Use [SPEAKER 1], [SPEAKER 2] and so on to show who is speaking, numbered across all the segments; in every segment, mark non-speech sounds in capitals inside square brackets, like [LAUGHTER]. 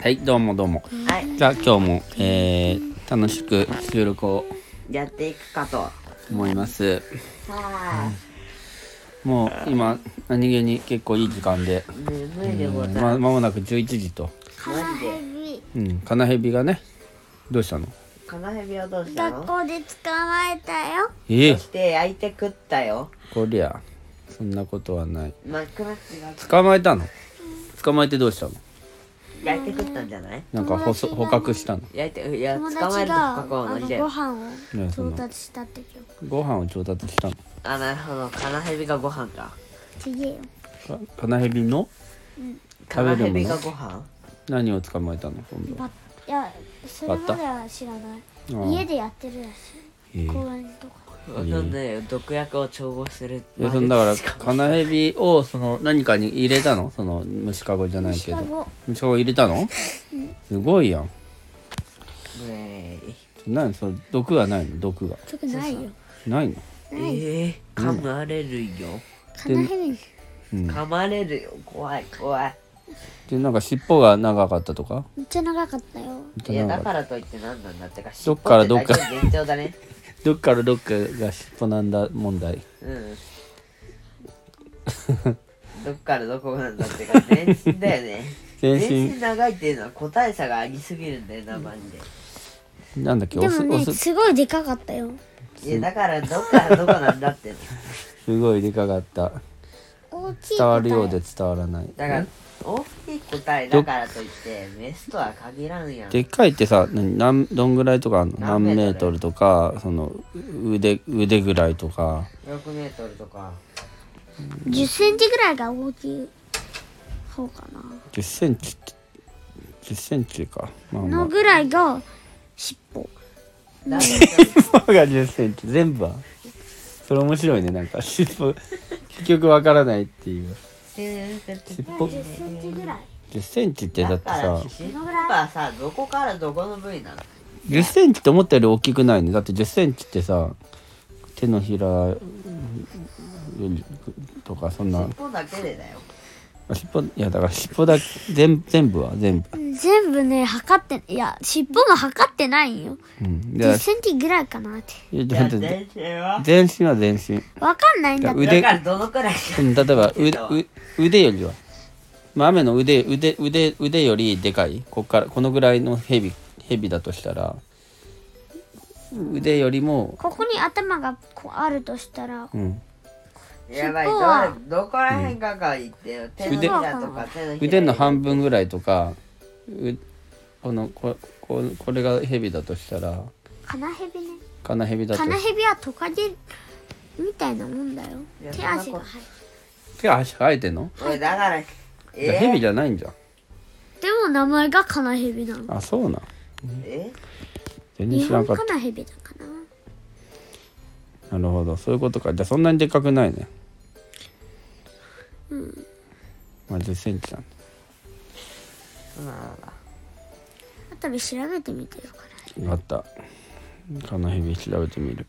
[SPEAKER 1] はいどうもどうも
[SPEAKER 2] はい、
[SPEAKER 1] じゃあ今日も、えー、楽しく収録を
[SPEAKER 2] やっていくかと。は
[SPEAKER 1] 思います
[SPEAKER 2] あ、
[SPEAKER 1] もう今何気に結構いい時間で、
[SPEAKER 2] 眠いでございま
[SPEAKER 1] ま、間もなく11時と、
[SPEAKER 2] す。マジで。
[SPEAKER 1] うん、カナヘビがねどうしたの
[SPEAKER 2] カナヘビはどうした
[SPEAKER 3] 学
[SPEAKER 2] の
[SPEAKER 3] 校で捕まえたよ。
[SPEAKER 1] ええ
[SPEAKER 2] して焼いて食ったよ。
[SPEAKER 1] こりゃそんなことはない
[SPEAKER 2] 真っ暗なってな
[SPEAKER 1] 捕まえたの捕まえてどうしたの
[SPEAKER 2] 焼いて食ったんじゃない
[SPEAKER 1] なんか捕捕獲したの
[SPEAKER 2] 焼いて、いや、
[SPEAKER 3] 友
[SPEAKER 2] 捕まえ
[SPEAKER 3] 達
[SPEAKER 2] ると
[SPEAKER 3] が
[SPEAKER 2] か
[SPEAKER 3] あ
[SPEAKER 2] こう
[SPEAKER 3] の
[SPEAKER 2] のじ
[SPEAKER 3] ご
[SPEAKER 2] ゃ。
[SPEAKER 3] 飯を
[SPEAKER 1] ねその
[SPEAKER 3] 調達したって今
[SPEAKER 1] ご飯を調達したの
[SPEAKER 2] あ、なるほど。カナヘビがご飯か。
[SPEAKER 3] 日。ちげえよ。
[SPEAKER 1] かカナヘビの
[SPEAKER 2] カナヘビがご飯
[SPEAKER 1] 何を捕まえたの今度は
[SPEAKER 3] ばいやそれまでは知らない。
[SPEAKER 1] ああ
[SPEAKER 3] 家でやってるらし
[SPEAKER 1] ええ
[SPEAKER 3] い。公園とか。
[SPEAKER 1] べるもの
[SPEAKER 2] なんで毒薬を調合する。
[SPEAKER 1] いやそのだからカナヘビをその何かに入れたのその虫かごじゃないけど
[SPEAKER 3] 虫かご
[SPEAKER 1] 虫かご入れたのすごいやん
[SPEAKER 2] うえい
[SPEAKER 1] 何それ毒がないの毒が
[SPEAKER 3] 特にないよ。
[SPEAKER 1] ないの
[SPEAKER 2] ええ噛まれるよ。
[SPEAKER 3] カナヘビ。
[SPEAKER 2] 噛まれるよ。怖い、怖い。
[SPEAKER 1] でなんか尻尾が長かったとか
[SPEAKER 3] めっちゃ長かったよ。
[SPEAKER 2] いや、
[SPEAKER 1] 長
[SPEAKER 2] だ
[SPEAKER 1] かっ
[SPEAKER 2] からといって何なんだってか。
[SPEAKER 1] どっからどっか
[SPEAKER 2] 尻尾て大体現状だね。
[SPEAKER 1] たどっからどっかが尻尾なんだ問題
[SPEAKER 2] うん。どっからどこなんだって感じ全身だよね。
[SPEAKER 1] 全
[SPEAKER 2] 全身
[SPEAKER 1] 身
[SPEAKER 2] 長いっていうのは個体差がありすぎるんだよな、マジで。
[SPEAKER 1] なんだっけ
[SPEAKER 3] で
[SPEAKER 1] オス
[SPEAKER 3] もね
[SPEAKER 1] オス
[SPEAKER 3] すごいでかかったよ。
[SPEAKER 2] いや、だからどっからどこなんだっての。
[SPEAKER 1] すごいでかかった
[SPEAKER 3] 大きい。
[SPEAKER 1] 伝わるようで。伝わらない
[SPEAKER 2] だから、大きい個体だからといって、メスとは限らんやん。
[SPEAKER 1] でっかいってさ何何どんぐらいとかあんの何
[SPEAKER 2] 何メートル
[SPEAKER 1] メートルとかその腕腕ぐらいとか
[SPEAKER 2] 6メートルとか。
[SPEAKER 3] 10センチぐらいが大きい方かな。
[SPEAKER 1] 10センチって10センチかまあま
[SPEAKER 3] の
[SPEAKER 1] あ
[SPEAKER 3] ぐらいが尻尾。
[SPEAKER 2] だから
[SPEAKER 1] 尻尾が10センチ全部はそれ面白いねなんか尻尾結局わからないっていう尻尾
[SPEAKER 3] 10センチぐらい。
[SPEAKER 1] 10センチってだ
[SPEAKER 2] だ
[SPEAKER 1] って
[SPEAKER 2] から
[SPEAKER 1] さ
[SPEAKER 2] 尻尾はさ、どこからどこの部位なの
[SPEAKER 1] 10センチって思ったより大きくないねだって10センチってさ手のひらよりとかそんな
[SPEAKER 2] 尻尾だけでだよ。
[SPEAKER 1] あ尻尾いやだから尻尾だけ全全部は全部
[SPEAKER 3] 全部ね測っていや尻尾も測ってないんよ
[SPEAKER 1] うん
[SPEAKER 3] 1
[SPEAKER 1] で
[SPEAKER 3] 0ンチぐらいかなって
[SPEAKER 2] い
[SPEAKER 1] だ
[SPEAKER 2] や、
[SPEAKER 1] って
[SPEAKER 2] 全身は。
[SPEAKER 1] 全身は全身
[SPEAKER 3] わかんないんだ
[SPEAKER 1] だ
[SPEAKER 3] っ
[SPEAKER 1] か
[SPEAKER 3] て
[SPEAKER 1] ら
[SPEAKER 2] だ
[SPEAKER 1] 腕
[SPEAKER 2] からどのくらいか
[SPEAKER 1] うん例えば
[SPEAKER 2] 言ってたわ
[SPEAKER 1] うう腕よりは、まあ、雨の腕腕腕腕よりでかいこっからこのぐらいのヘビヘビだとしたら腕よりも
[SPEAKER 3] ここに頭がこうあるとしたら
[SPEAKER 1] うん
[SPEAKER 2] やばい
[SPEAKER 3] 尻尾は
[SPEAKER 2] どどこら辺かか言ってよ手のひらとか手のひら
[SPEAKER 1] 腕の半分ぐらいとかうこのこここれがヘビだとしたら
[SPEAKER 3] カナヘビね
[SPEAKER 1] カナヘビだと
[SPEAKER 3] カナヘビはトカゲみたいなもんだよ
[SPEAKER 2] いや
[SPEAKER 3] 手足が
[SPEAKER 2] そんなこ
[SPEAKER 3] 入る
[SPEAKER 1] 手足生えてんの、
[SPEAKER 2] おいだからえ
[SPEAKER 1] じゃあヘビ
[SPEAKER 2] ー、
[SPEAKER 1] じゃないんじゃん
[SPEAKER 3] でも名前がカナヘビなの
[SPEAKER 1] あそうなん
[SPEAKER 2] え
[SPEAKER 1] 全然
[SPEAKER 3] 日
[SPEAKER 1] 知ら
[SPEAKER 3] 本
[SPEAKER 1] んかっ
[SPEAKER 3] カナヘビだかな
[SPEAKER 1] たなるほどそういうことかじゃあそんなにでかくないねうんまあ1 0ンチなんだ
[SPEAKER 2] まあ
[SPEAKER 3] 後で調べてみてよカナ
[SPEAKER 1] わかった。カナヘビ調べてみる。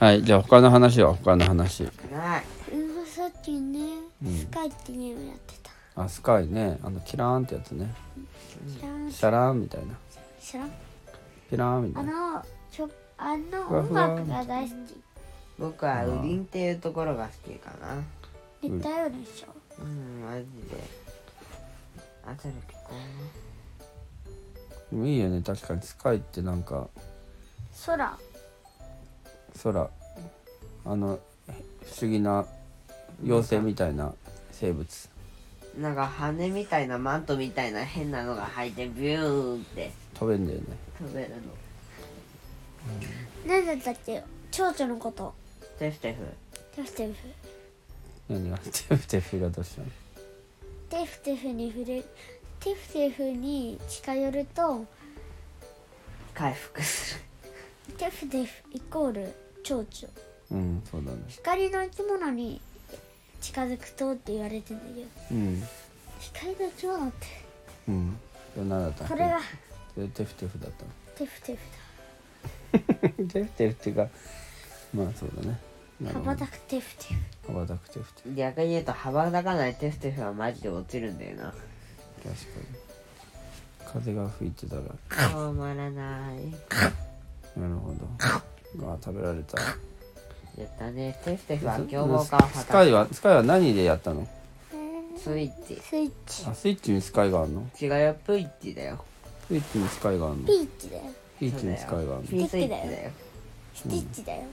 [SPEAKER 1] はい、じゃあ他の話は他の話。
[SPEAKER 2] ない
[SPEAKER 3] ヘビうんさっきねスカイってゲームやってた
[SPEAKER 1] あ、スカイね、あの、キラーンってやつね。
[SPEAKER 3] 知らん
[SPEAKER 1] シャラーンみたいな。
[SPEAKER 3] 知らん
[SPEAKER 1] キラーンみた
[SPEAKER 3] あ
[SPEAKER 1] いな。
[SPEAKER 3] のちょあの
[SPEAKER 1] ふわ
[SPEAKER 3] 音
[SPEAKER 1] ふわ
[SPEAKER 3] 楽が大好き
[SPEAKER 2] 僕はウリンっていうところが好きかな
[SPEAKER 3] 絶対あるでしょ
[SPEAKER 2] うんマジであたる聞こえ
[SPEAKER 1] でもいいよね、確かにスカイってなんか、
[SPEAKER 3] 空
[SPEAKER 1] 空、あの、不思議な妖精みたいな生物。
[SPEAKER 2] ないなんか羽みたいなマントみたいな変なのが生えてビューンって
[SPEAKER 1] 飛べんだよね。
[SPEAKER 2] 飛べるの
[SPEAKER 3] 何だったっけ蝶々のこと
[SPEAKER 2] テフテフ
[SPEAKER 3] テフテフ
[SPEAKER 1] 何が、テフテフがどうしたの
[SPEAKER 3] テフテフに触れテフテフに近寄ると
[SPEAKER 2] 回復する
[SPEAKER 3] テフテフイコール蝶々
[SPEAKER 1] うん、そうだね。
[SPEAKER 3] 光の生き物に近づくとって言われてんだけど
[SPEAKER 1] うん。
[SPEAKER 3] 光の生き物って
[SPEAKER 1] うん。これ何だった
[SPEAKER 3] これが
[SPEAKER 1] それテフテフだったの。
[SPEAKER 3] テフテフ
[SPEAKER 1] [LAUGHS] テフテフっていうかまあそうだねな
[SPEAKER 3] だ羽
[SPEAKER 1] るほ
[SPEAKER 3] ば
[SPEAKER 1] ど
[SPEAKER 3] たくテフテフ
[SPEAKER 1] 羽ばたくテフテ [LAUGHS]
[SPEAKER 2] 逆に言うと羽ばたかないテフテフはマジで落ちるんだよな
[SPEAKER 1] フ確か風が吹いてたら
[SPEAKER 2] 止まらない
[SPEAKER 1] なるほどあ食べられた
[SPEAKER 2] やったねテフテフは強豪化を
[SPEAKER 1] スカイはスカイは何でやったの
[SPEAKER 2] スイッチ
[SPEAKER 3] スイッチ
[SPEAKER 1] あスイッチにスカイがあるの
[SPEAKER 2] 違うよプイッチだよ
[SPEAKER 1] スイッチにスカイがあるの
[SPEAKER 3] ピーチだよ
[SPEAKER 1] ピーチにスカイがあるの
[SPEAKER 2] ピースイッチだよ
[SPEAKER 3] スティッチだよ
[SPEAKER 1] なる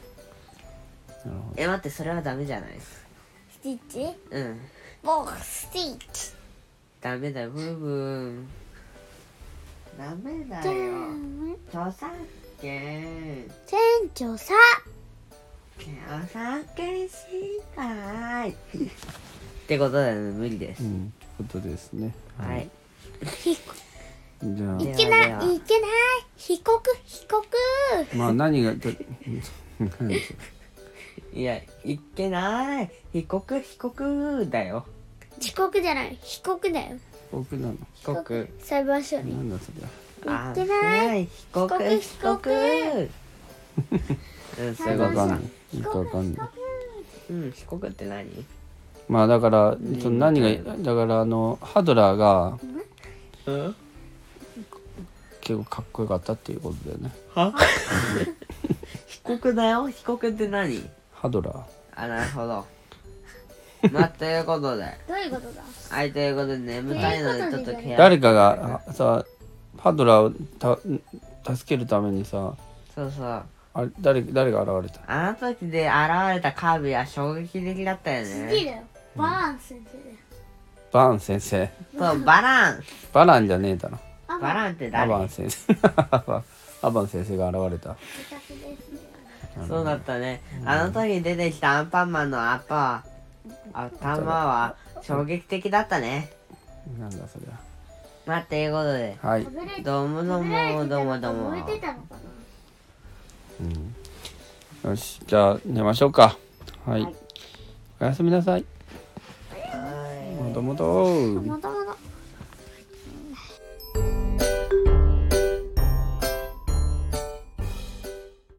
[SPEAKER 1] ほ
[SPEAKER 2] え待ってそれはダメじゃない
[SPEAKER 3] スティッチ
[SPEAKER 2] うん
[SPEAKER 3] 僕スティッチ
[SPEAKER 2] ダメだよブーブーダメだ
[SPEAKER 3] じゃ
[SPEAKER 2] よ
[SPEAKER 3] ん
[SPEAKER 2] 著作権
[SPEAKER 3] 船長さ
[SPEAKER 2] 著作権侵害ってことだよね無理です
[SPEAKER 1] どうんことですね
[SPEAKER 2] はい
[SPEAKER 3] ひ
[SPEAKER 1] じゃあ
[SPEAKER 3] いけないいけない被告被告
[SPEAKER 1] まあ何が [LAUGHS] と
[SPEAKER 2] いやいけない被告被告だよ
[SPEAKER 3] 遅刻じゃない被告だよ
[SPEAKER 1] 僕なの
[SPEAKER 2] 被告
[SPEAKER 3] 裁判所に
[SPEAKER 1] なんだそりゃ
[SPEAKER 2] あ
[SPEAKER 3] けない
[SPEAKER 2] 被告
[SPEAKER 3] 被告
[SPEAKER 2] 被告
[SPEAKER 3] 被
[SPEAKER 2] うんそうい
[SPEAKER 1] よ
[SPEAKER 2] う
[SPEAKER 1] く
[SPEAKER 2] こ
[SPEAKER 1] わか
[SPEAKER 2] と
[SPEAKER 1] ん
[SPEAKER 2] さ
[SPEAKER 1] ないよくわかんない
[SPEAKER 2] うん被告って何
[SPEAKER 1] まあだからその何がだからあのハドラーが
[SPEAKER 2] うん
[SPEAKER 1] 結構かっこよかったっていうことだよね
[SPEAKER 2] は被告だよ被告って何
[SPEAKER 1] ハドラー
[SPEAKER 2] あなるほ [LAUGHS] どまあということで
[SPEAKER 3] どういうことだ
[SPEAKER 2] はいということで眠たいのでちょっと部屋
[SPEAKER 1] 誰かがあさハドラーをた助けるためにさ
[SPEAKER 2] そうそう
[SPEAKER 1] あれ誰誰が現れた
[SPEAKER 2] あの時で現れたカービィは衝撃的だったよ
[SPEAKER 3] 好き
[SPEAKER 2] ね
[SPEAKER 3] だよバーン先生だよ
[SPEAKER 1] バーン先生
[SPEAKER 2] そうバラン
[SPEAKER 1] バランじゃねえだろ
[SPEAKER 3] あ
[SPEAKER 2] バランって
[SPEAKER 1] アバ
[SPEAKER 2] 誰
[SPEAKER 1] ン先生 [LAUGHS] アバン先生が現れた
[SPEAKER 3] 部活ですね
[SPEAKER 2] そうだったねあの時出てきたアンパンマンのアッパー頭は衝撃的だったね
[SPEAKER 1] なんだそりゃ
[SPEAKER 2] まあということで
[SPEAKER 1] はい、
[SPEAKER 3] 食べられ
[SPEAKER 2] どうもどうもどうもどうも
[SPEAKER 3] 燃えてたのかな
[SPEAKER 1] よしじゃあ寝ましょうかはい、おやすみなさいもともと
[SPEAKER 3] またまた